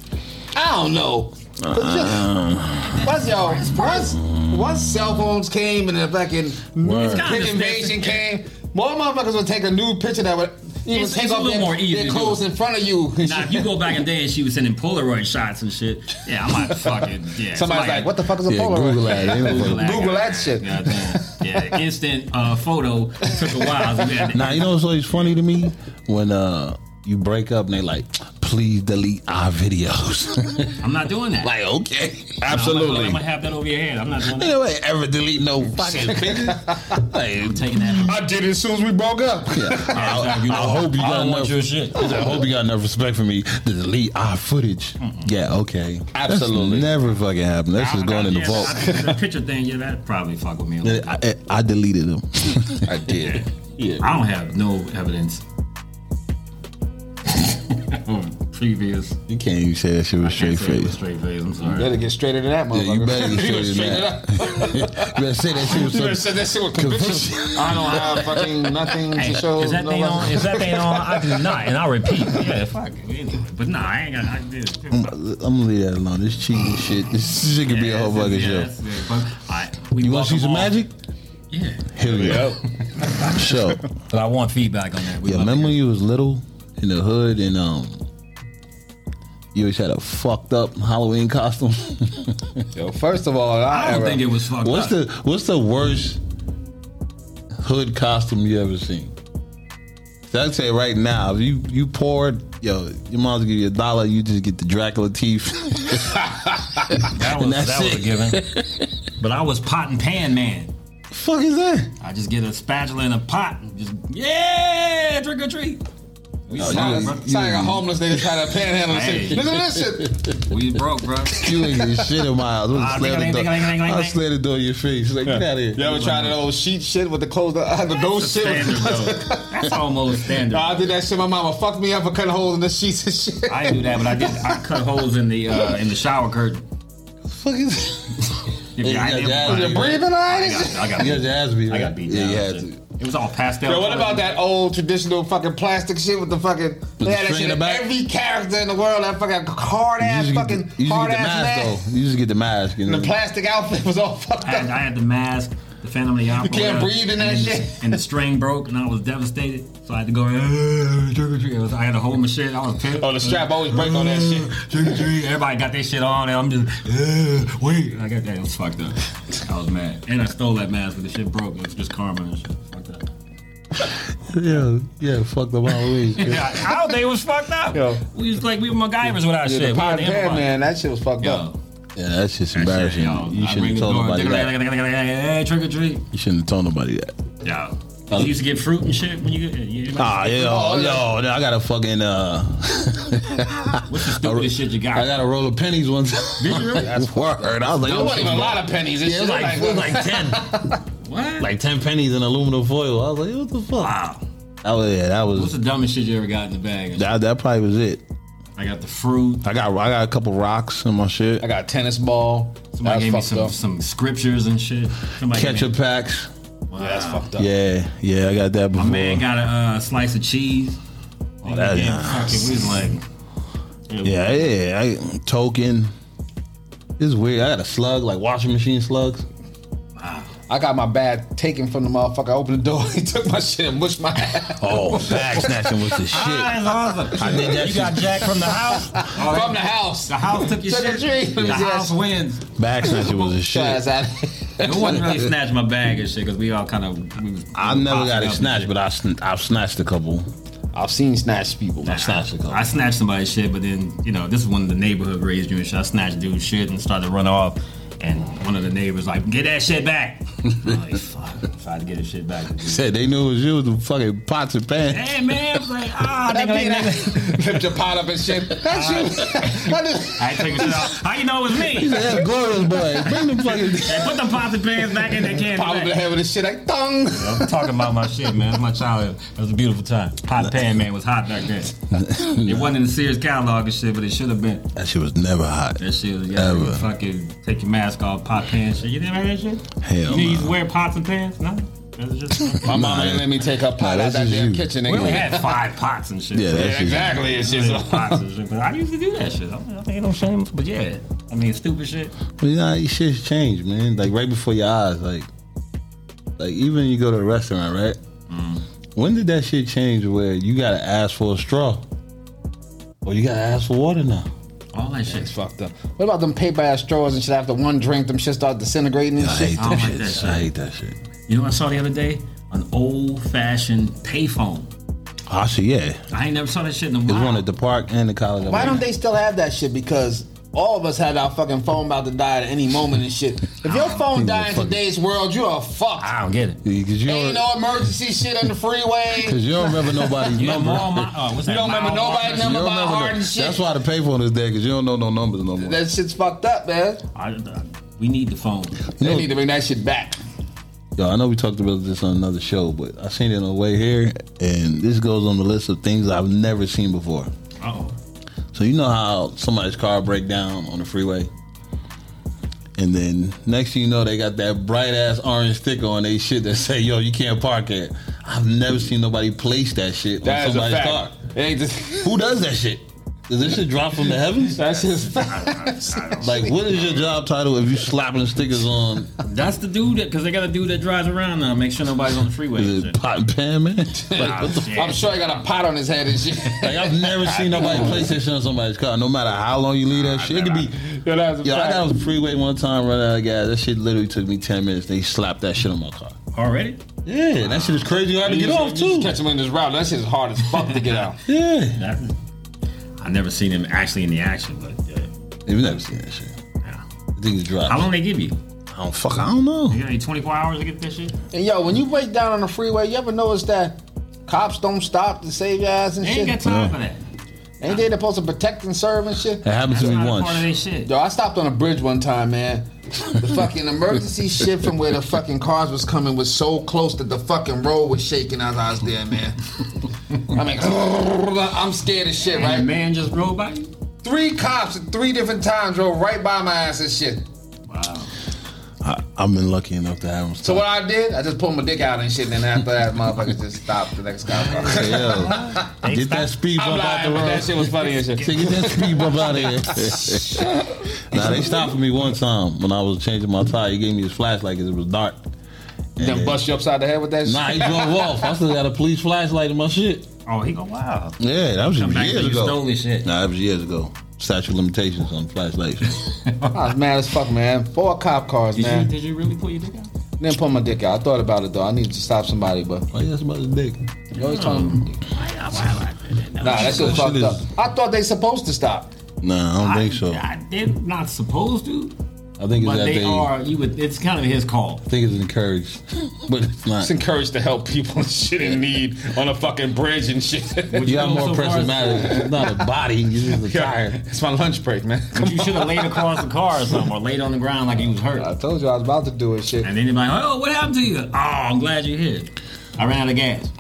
Speaker 3: I don't know. But just- Once y'all, once, once cell phones came and the fucking
Speaker 2: Word.
Speaker 4: It's kinda
Speaker 3: pig invasion
Speaker 4: disgusting.
Speaker 3: came, more motherfuckers would take a new picture that would even
Speaker 4: It's-
Speaker 3: take
Speaker 4: it's a
Speaker 3: off
Speaker 4: little
Speaker 3: their,
Speaker 4: more easy
Speaker 3: their
Speaker 4: to
Speaker 3: clothes
Speaker 4: do.
Speaker 3: in front of you.
Speaker 4: Now, if you go back in day and she was sending Polaroid shots and shit, yeah, I might fucking yeah.
Speaker 3: Somebody's like, "What the fuck is a
Speaker 2: Yeah,
Speaker 3: Polaroid?"
Speaker 2: Google that. Ain't no
Speaker 4: Google
Speaker 2: fucking-
Speaker 4: that,
Speaker 3: Google that
Speaker 4: goddamn.
Speaker 3: shit.
Speaker 4: Goddamn. Yeah, instant uh, photo took a while. So we had to-
Speaker 2: Now you know what's always funny to me when uh you break up and they like, please delete our videos.
Speaker 4: I'm not doing that.
Speaker 2: like okay,
Speaker 4: I'm gonna have that over your head. I'm not doing that.
Speaker 2: Anyway, ever delete no fucking pictures.
Speaker 4: I'm taking that.
Speaker 3: I did it as soon as we broke up.
Speaker 2: I,
Speaker 4: exactly.
Speaker 2: I hope you
Speaker 4: I
Speaker 2: got
Speaker 4: don't
Speaker 2: enough.
Speaker 4: want your shit.
Speaker 2: I hope you got enough respect for me to delete our footage. Yeah, okay,
Speaker 3: Absolutely.
Speaker 2: That's never fucking happened. That's just going in the
Speaker 4: Yeah,
Speaker 2: vault.
Speaker 4: I- The picture thing, yeah, that probably fuck with me. a little
Speaker 2: I, I, I deleted them. I
Speaker 4: bit.
Speaker 2: did.
Speaker 4: I don't have no evidence. Previous
Speaker 2: You can't even say that shit with straight
Speaker 4: Can't say it was
Speaker 2: face.
Speaker 4: Straight face. I'm sorry.
Speaker 3: Better get straighter than that,
Speaker 2: Yeah,
Speaker 3: motherfucker.
Speaker 2: you better be
Speaker 3: You
Speaker 2: straight
Speaker 3: was
Speaker 2: than that. you better say that shit with
Speaker 3: You
Speaker 2: some
Speaker 3: done said that shit with conviction.
Speaker 2: conviction.
Speaker 3: I don't have fucking nothing to
Speaker 4: Hey,
Speaker 3: show.
Speaker 4: is that
Speaker 3: no
Speaker 4: thing
Speaker 3: other-
Speaker 4: on? Is that thing on? I do not, and I'll repeat. Yeah, fuck. it, Anyway. But nah, I ain't got. I did.
Speaker 2: I'm gonna leave that alone. This cheating shit. This shit could be a whole fucking show.
Speaker 4: we
Speaker 2: You want to see some magic?
Speaker 4: Yeah.
Speaker 2: Here we go. Show.
Speaker 4: But I want feedback on that. We
Speaker 2: Yeah,
Speaker 4: love
Speaker 2: remember when you was little in the hood and um, you always had a fucked up Halloween costume.
Speaker 3: Yo, first of all,
Speaker 4: it. I don't think it was fucked
Speaker 2: what's
Speaker 4: up.
Speaker 2: the What's the worst hood costume you ever seen? So I'd say right now, if you you poured, yo, your mom's give you a dollar, you just get the Dracula teeth.
Speaker 4: that was,
Speaker 2: that's
Speaker 4: that was a
Speaker 2: it.
Speaker 4: given. but I was pot and pan man.
Speaker 2: Fuck is that?
Speaker 4: I just get a spatula and a pot and just yeah, trick or treat. We
Speaker 2: Oh,
Speaker 3: Sound
Speaker 4: broke,
Speaker 3: like- sound like a homeless nigga trying to panhandle and
Speaker 4: Hey.
Speaker 3: shit. Look at this shit.
Speaker 4: bro. We broke, bro.
Speaker 2: You ain't getting shit in my house.
Speaker 4: Ah,
Speaker 2: I'm
Speaker 4: ding,
Speaker 2: slamming the
Speaker 4: ding,
Speaker 2: door.
Speaker 4: ding, ding, ding,
Speaker 2: I
Speaker 4: ding.
Speaker 2: slammed the door in your face. Like get out of
Speaker 3: You
Speaker 2: here.
Speaker 3: ever tried that old sheet shit with the clothes, the, the ghost shit?
Speaker 4: Standard, though. That's almost standard.
Speaker 3: No, I did that shit. My mama fucked me up for cutting holes in the sheets and shit.
Speaker 4: I do that, but I did. I cut holes in the uh, in the shower curtain.
Speaker 2: Fuck is
Speaker 4: If
Speaker 2: you
Speaker 4: I
Speaker 2: got
Speaker 4: didn't-
Speaker 2: jazz.
Speaker 4: I
Speaker 2: You
Speaker 4: got-
Speaker 3: breathing
Speaker 4: I
Speaker 3: eyes.
Speaker 4: got, I got,
Speaker 2: that? You got your ass beat.
Speaker 4: I
Speaker 2: Right?
Speaker 4: got beat
Speaker 2: Yeah,
Speaker 4: down.
Speaker 2: you had
Speaker 4: and
Speaker 2: to.
Speaker 4: shit. It was all pastel.
Speaker 3: Yo, what
Speaker 4: colors.
Speaker 3: about that old traditional fucking plastic shit with the fucking? they
Speaker 2: string
Speaker 3: had that shit
Speaker 2: in
Speaker 3: in
Speaker 2: the back?
Speaker 3: every character in the world. That fucking hard
Speaker 2: You
Speaker 3: ass
Speaker 2: just get the-
Speaker 3: fucking
Speaker 2: you just
Speaker 3: hard
Speaker 2: get the
Speaker 3: ass
Speaker 2: mask
Speaker 3: mask.
Speaker 2: though. You just get the mask. You
Speaker 3: And
Speaker 2: know?
Speaker 3: the plastic outfit was all fucked
Speaker 4: I had, I
Speaker 3: up.
Speaker 4: had the mask, the Phantom of the Opera.
Speaker 3: can't
Speaker 4: whatever,
Speaker 3: breathe in
Speaker 4: and
Speaker 3: that
Speaker 4: then-
Speaker 3: shit.
Speaker 4: And the string broke, and I was devastated. So I had to go, "Ah, trick or treat. It was- I had to hold my shit. I was pissed.
Speaker 3: Oh, the strap always break on that shit.
Speaker 4: "Ah, Trick or treat. Everybody got their shit on, and I'm just, "Ah, wait. I got that. It was fucked up. I was mad. And I stole that mask, but the shit broke. It was just karma and shit. Fucked up.
Speaker 2: yeah, yeah. Fuck the Halloween.
Speaker 4: Yeah, I don't think it was fucked up.
Speaker 3: Yo.
Speaker 4: We was like, we were MacGyvers with
Speaker 3: Yeah,
Speaker 4: our shit.
Speaker 3: the
Speaker 4: We had
Speaker 3: pot
Speaker 4: to
Speaker 3: and pan
Speaker 4: improvise.
Speaker 3: man, that shit was fucked up.
Speaker 4: Yo.
Speaker 2: yeah, that's just embarrassing.
Speaker 4: Yo,
Speaker 2: you
Speaker 4: I
Speaker 2: shouldn't
Speaker 4: ring
Speaker 2: have
Speaker 4: the
Speaker 2: told
Speaker 4: door,
Speaker 2: nobody that.
Speaker 4: "Hey, Trick or treat.
Speaker 2: You shouldn't have told nobody that.
Speaker 4: Yo. You used to get fruit and shit when you get. You
Speaker 2: Ah, yo,
Speaker 3: Oh,
Speaker 2: yo, I got a fucking uh,
Speaker 4: What's the stupidest shit you got?
Speaker 2: I got a roll of pennies one time.
Speaker 4: Did you really?
Speaker 2: That's word. I was like,
Speaker 3: There wasn't even a lot of pennies. It's
Speaker 2: Yeah, it
Speaker 3: shit
Speaker 2: was
Speaker 3: like,
Speaker 4: like, it was like 10. what?
Speaker 2: like ten pennies in aluminum foil. I was like, what the fuck?
Speaker 4: wow.
Speaker 2: Oh yeah, that
Speaker 4: What's
Speaker 2: was
Speaker 4: the dumbest shit you ever got in the bag?
Speaker 2: that. That probably was it.
Speaker 4: I got the fruit.
Speaker 2: I got I got a couple rocks in my shit.
Speaker 3: I got a tennis ball.
Speaker 4: Somebody
Speaker 3: That's
Speaker 4: gave me
Speaker 3: fucked
Speaker 4: some
Speaker 3: up.
Speaker 4: some scriptures and shit. Somebody gave me-
Speaker 2: Ketchup packs.
Speaker 3: Yeah, that's fucked up.
Speaker 2: Yeah, yeah, I got that before.
Speaker 4: Man got a uh, slice of cheese. Oh,
Speaker 2: that is
Speaker 4: fucking, we was like,
Speaker 2: Yeah, yeah. I, token. It's weird. I got a slug, like washing machine slugs.
Speaker 3: I got my bag taken from the motherfucker. I opened the door. He took my shit and mushed my ass.
Speaker 2: Oh, bag snatching was the
Speaker 4: ah,
Speaker 2: shit.
Speaker 4: that's awesome.
Speaker 2: I did that
Speaker 4: you
Speaker 2: shit.
Speaker 4: got Jack from the house.
Speaker 3: Oh, From the house.
Speaker 4: The house took your
Speaker 3: Trick or
Speaker 4: shit.
Speaker 3: treat.
Speaker 4: The
Speaker 3: Yes.
Speaker 4: house wins.
Speaker 2: Bag snatching was the
Speaker 3: Your
Speaker 2: shit.
Speaker 3: ass out.
Speaker 4: It wasn't really snatch my bag and shit because we all kind of. We was-
Speaker 2: I never got it
Speaker 4: Popping up.
Speaker 2: snatched, but I sn- I've snatched a couple.
Speaker 3: I've seen snatch people.
Speaker 4: I snatched, I snatched somebody's shit, but then you know this is when the neighborhood raised you and shit. I snatched dude's shit and started to run off, and one of the neighbors like, "Get that shit back!" I'm like, fuck, if I had to get his shit back.
Speaker 2: Said they knew it was you with the fucking pots and pans.
Speaker 4: Hey man, I was like, ah, nigga, like, nigga.
Speaker 3: Lift your pot up and shit. That's you. I just-
Speaker 4: I take my shit out. How you know it was me?
Speaker 2: That's glorious, boy. Bring the fucking.
Speaker 4: Hey, put them pots and pans back in the can.
Speaker 3: Pop up the
Speaker 4: back.
Speaker 3: head with this shit like thong.
Speaker 4: I'm talking about my shit, man. That's my childhood. That was a beautiful time. Pot pan man was hot back then. It wasn't in the Sears catalog and shit, but it should have been.
Speaker 2: That shit was never hot.
Speaker 4: That shit was yeah,
Speaker 2: Ever.
Speaker 4: fucking take your mask off, pot pan shit. You never heard that shit?
Speaker 2: Hell
Speaker 4: You didn't used to
Speaker 2: no.
Speaker 4: wear pots and pans? No. That's just-
Speaker 3: My mama didn't let me take her pot
Speaker 2: Nah,
Speaker 3: out
Speaker 2: that's
Speaker 3: that
Speaker 2: just
Speaker 3: damn
Speaker 2: you.
Speaker 3: kitchen.
Speaker 4: we
Speaker 3: nigga.
Speaker 4: only had five pots and shit.
Speaker 2: Yeah, that's just-
Speaker 3: Exactly. It's
Speaker 4: We
Speaker 3: just
Speaker 4: only had pots and shit. But I used to do that shit. I mean, ain't no shame. But yeah, I mean, stupid shit.
Speaker 2: But you know, shit's changed, man. Like right before your eyes, like, like even you go to a restaurant, right? When did that shit change where you gotta ask for a straw, or you gotta ask for water now?
Speaker 4: All that
Speaker 3: It's
Speaker 4: shit.
Speaker 3: fucked up. What about them paper ass straws and shit? After one drink, them shit start disintegrating and
Speaker 2: I
Speaker 3: shit.
Speaker 2: hate
Speaker 4: I
Speaker 2: that
Speaker 4: don't like
Speaker 2: shit.
Speaker 4: that shit.
Speaker 2: I hate that shit.
Speaker 4: You know what I saw the other day? An old fashioned payphone.
Speaker 2: I see, yeah.
Speaker 4: I ain't never saw that shit in a
Speaker 2: It's
Speaker 4: while.
Speaker 2: one at the park and the college.
Speaker 3: Why don't they still have that shit? Because all of us had our fucking phone about to die at any moment and shit. If your phone die in
Speaker 2: fucking-
Speaker 3: today's world, you are fucked.
Speaker 4: I don't get it.
Speaker 2: Because you
Speaker 3: Ain't
Speaker 2: don't,
Speaker 3: no emergency shit on the freeway.
Speaker 2: cause you don't remember nobody's
Speaker 4: You don't
Speaker 2: number.
Speaker 4: know my, uh, what's that,
Speaker 3: You don't remember
Speaker 4: Mile
Speaker 3: nobody's
Speaker 4: Walker?
Speaker 3: number
Speaker 2: You don't
Speaker 3: by
Speaker 2: remember
Speaker 3: heart
Speaker 2: no-
Speaker 3: and shit.
Speaker 2: That's why the payphone is there because you don't know no numbers no more.
Speaker 3: That shit's fucked up, man.
Speaker 4: I- we need the phone.
Speaker 3: They
Speaker 2: No.
Speaker 3: need to bring that shit back.
Speaker 2: Yo, I know we talked about this on another show, but I seen it on the way here, and this goes on the list of things I've never seen before.
Speaker 4: Oh,
Speaker 2: So you know how somebody's car break down on the freeway, and then next thing you know, they got that bright ass orange sticker on they shit that say, "Yo, you can't park here." I've never seen nobody place that shit
Speaker 3: That
Speaker 2: on
Speaker 3: is a
Speaker 2: somebody's
Speaker 3: fact.
Speaker 2: car.
Speaker 3: It ain't just,
Speaker 2: Who does that shit? Does this shit drop from the heavens?
Speaker 3: that's just
Speaker 2: Like, what is your job title if you slapping stickers on?
Speaker 4: that's the dude that because they got a dude that drives around now. Make sure nobody's on the freeway.
Speaker 2: Is it pot and pan man? Like, what the
Speaker 3: I'm sure he got a pot on his head and shit.
Speaker 2: Like I've never seen nobody PlayStation on somebody's car. No matter how long you leave that shit, it could be.
Speaker 3: Yo, that's a
Speaker 2: Yo, I
Speaker 3: fact.
Speaker 2: got on the freeway one time, running out of gas. That shit literally took me ten minutes. They slapped that shit on my car.
Speaker 4: already?
Speaker 2: Yeah, that shit is crazy hard to get
Speaker 3: You
Speaker 2: off
Speaker 3: just- you just
Speaker 2: too.
Speaker 3: Catch him in this route. That shit is hard as fuck to get out.
Speaker 2: Yeah,
Speaker 4: That, I never seen him actually in the action, but yeah.
Speaker 2: you've never seen that shit.
Speaker 4: yeah.
Speaker 2: I think it's
Speaker 4: How
Speaker 2: dry.
Speaker 4: long they give you?
Speaker 2: I don't fuck. I don't know.
Speaker 4: You got any 24 hours to get that shit?
Speaker 3: And yo, when you break down on the freeway, you ever notice that cops don't stop to save your ass and
Speaker 4: They
Speaker 3: shit?
Speaker 4: ain't got time for that.
Speaker 3: Ain't they supposed to protect and serve and shit?
Speaker 2: It happened to
Speaker 4: That's
Speaker 2: me
Speaker 4: not a part of
Speaker 2: once.
Speaker 4: their shit.
Speaker 3: Yo, I stopped on a bridge one time, man. The fucking emergency shit from where the fucking cars was coming was so close that the fucking road was shaking as I was there, man. I mean, I'm scared as shit,
Speaker 4: And the
Speaker 3: right?
Speaker 4: man just rode by you?
Speaker 3: Three cops at three different times drove right by my ass and shit.
Speaker 4: Wow.
Speaker 2: I, I've been lucky enough to have them.
Speaker 3: So what I did, I just pulled my dick out and shit, and then after that, motherfucker just stopped the next cop. car.
Speaker 2: Hey, yo, get that speed
Speaker 3: I'm
Speaker 2: bump out the
Speaker 3: lying, but
Speaker 2: road.
Speaker 3: that shit was funny and shit.
Speaker 2: Say, get that speed bump out of here. nah, they stopped for me one time when I was changing my tire. He gave me his flashlight because it was dark.
Speaker 3: Then bust you upside the head with that shit.
Speaker 2: Nah, he drove off. I still got a police flashlight in my shit.
Speaker 4: Oh, he go, wow.
Speaker 2: Yeah, that was
Speaker 4: Come back
Speaker 2: years
Speaker 4: to you
Speaker 2: ago.
Speaker 4: stole this shit.
Speaker 2: Nah, that was years ago. Statute of limitations on flashlights.
Speaker 3: I was mad as fuck, man. Four cop cars,
Speaker 4: Did you,
Speaker 3: man.
Speaker 4: did you really pull your dick out?
Speaker 3: Didn't pull my dick out. I thought about it though. I needed to stop somebody, but
Speaker 2: Why you ask about his dick?
Speaker 3: you always tell me, nah, that shit
Speaker 2: That
Speaker 3: fucked
Speaker 2: shit
Speaker 3: up.
Speaker 2: is-
Speaker 3: I thought they supposed to stop.
Speaker 2: Nah, I don't think so. I
Speaker 4: I, they're not supposed to,
Speaker 2: think it's
Speaker 4: but
Speaker 2: that
Speaker 4: they
Speaker 2: they.
Speaker 4: are. You would. It's kind of his call.
Speaker 2: I think it's encouraged, but it's not.
Speaker 3: It's encouraged to help people in shit in need on a fucking bridge and shit.
Speaker 4: Would
Speaker 2: You got
Speaker 4: go
Speaker 2: more
Speaker 4: so far as-
Speaker 2: personality. It's not a body. You just a tire.
Speaker 3: it's my lunch break, man.
Speaker 4: But you should have laid across the car or something, or laid on the ground like he was hurt.
Speaker 3: I told you I was about to do it, shit.
Speaker 4: And then they're like, oh, what happened to you? Oh, I'm glad you're here. I ran out of gas.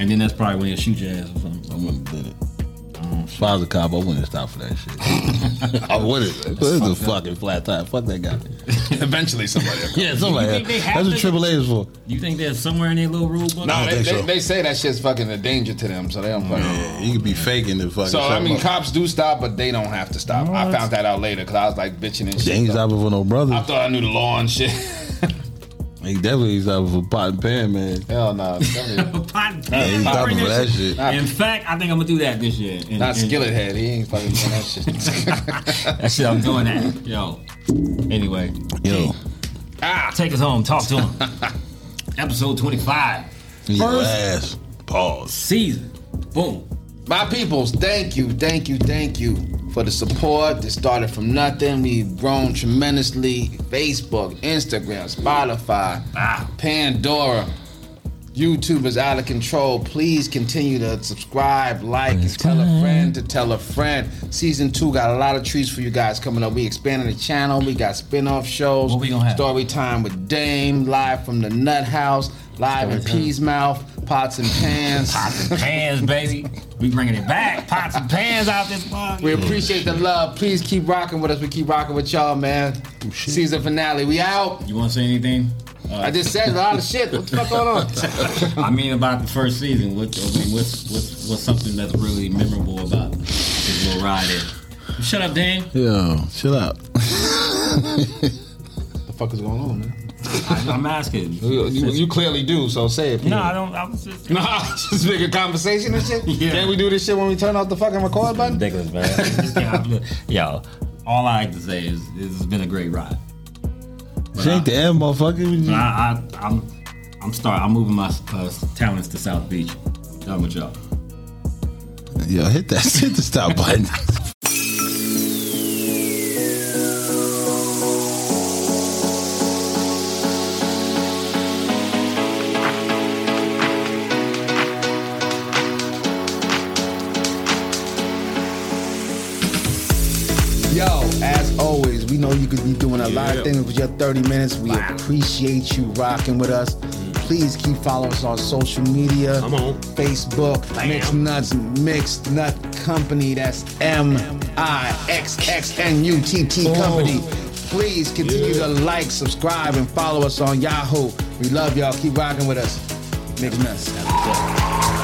Speaker 4: And then that's probably when he'll shoot your ass or something.
Speaker 2: I wouldn't have did it. If I was a cop, I wouldn't have stopped for that shit. I wouldn't. This is a fucking flat tire. Fuck that guy.
Speaker 7: Eventually, somebody.
Speaker 2: Yeah, somebody.
Speaker 4: think they
Speaker 2: else.
Speaker 4: have
Speaker 2: That's what
Speaker 4: to-
Speaker 2: Triple A is for.
Speaker 4: You think there's somewhere in their little rule book?
Speaker 7: Nah,
Speaker 8: I
Speaker 7: they,
Speaker 8: think
Speaker 7: they,
Speaker 8: so.
Speaker 7: they-
Speaker 3: They say that shit's fucking a danger to them, so they don't fucking.
Speaker 8: Yeah, you could be faking the fucking.
Speaker 3: So I mean,
Speaker 8: something.
Speaker 3: cops do stop, but they don't have to stop. I found that out later because I was like bitching and
Speaker 2: They
Speaker 3: shit.
Speaker 2: ain't stopping for no
Speaker 3: I
Speaker 2: brother.
Speaker 3: thought I knew the law and shit.
Speaker 2: He definitely ain't stopping for pot and pan, man.
Speaker 3: Hell no, nah.
Speaker 4: Pot and
Speaker 8: Yeah,
Speaker 4: pan.
Speaker 8: you stopping for that shit.
Speaker 4: In fact, I think I'm gonna do that this year. And-
Speaker 3: not
Speaker 4: and-
Speaker 3: skillet head. He ain't fucking doing that shit.
Speaker 4: That shit, I'm doing that. Yo. Anyway.
Speaker 8: Yo,
Speaker 4: Ah, take us home. Talk to him. Episode 25.
Speaker 8: your
Speaker 4: First
Speaker 8: ass. Pause.
Speaker 4: season. Boom.
Speaker 3: My peoples, thank you, thank you, thank you for the support. This started from nothing. We've grown tremendously. Facebook, Instagram, Spotify,
Speaker 4: Ah.
Speaker 3: Pandora. YouTube is out of control. Please continue to subscribe, like, and tell a friend to tell a friend. Season two got a lot of treats for you guys coming up. We expanding the channel. We got spin-off shows.
Speaker 4: What we gonna have?
Speaker 3: Story time with Dame, live from the Nut House, live in Pea's Mouth, Pots and Pans.
Speaker 4: Pots and pans, baby. We bringing it back. Pots and pans out this bar.
Speaker 3: We appreciate the love. Please keep rocking with us. We keep rocking with y'all, man. Season finale. We out.
Speaker 4: You want to say anything?
Speaker 3: I just said a lot of shit. What the fuck going on?
Speaker 4: I mean, about the first season. What, I mean, what's, what's, what's something that's really memorable about this little ride? There? Shut up, Dan.
Speaker 8: Yo, chill out.
Speaker 3: the fuck is going on, man?
Speaker 4: I, I'm asking.
Speaker 3: You, you- you clearly do, so say it.
Speaker 4: No, I don't. I was just.
Speaker 3: Nah, just make a conversation and shit.
Speaker 4: Yeah.
Speaker 3: Can't we do this shit when we turn off the fucking record button?
Speaker 4: ridiculous, man. This guy, I'm- Yo, all I like to say is, is it's been a great ride. But
Speaker 2: She ain't the end, motherfucker.
Speaker 4: I, I, I, I'm, I'm start. I'm moving my uh, talents to South Beach. Done with y'all.
Speaker 8: Yo, hit that. Hit the stop button.
Speaker 3: Yo, as always, we know you could be doing a lot of things with your 30 minutes. We appreciate you rocking with us. Please keep following us on social media.
Speaker 7: Come on.
Speaker 3: Facebook, Mixed Nuts, Mixed Nut Company. That's M I X X N U T T Company. Please continue to like, subscribe, and follow us on Yahoo. We love y'all. Keep rocking with us. Mixed Nuts.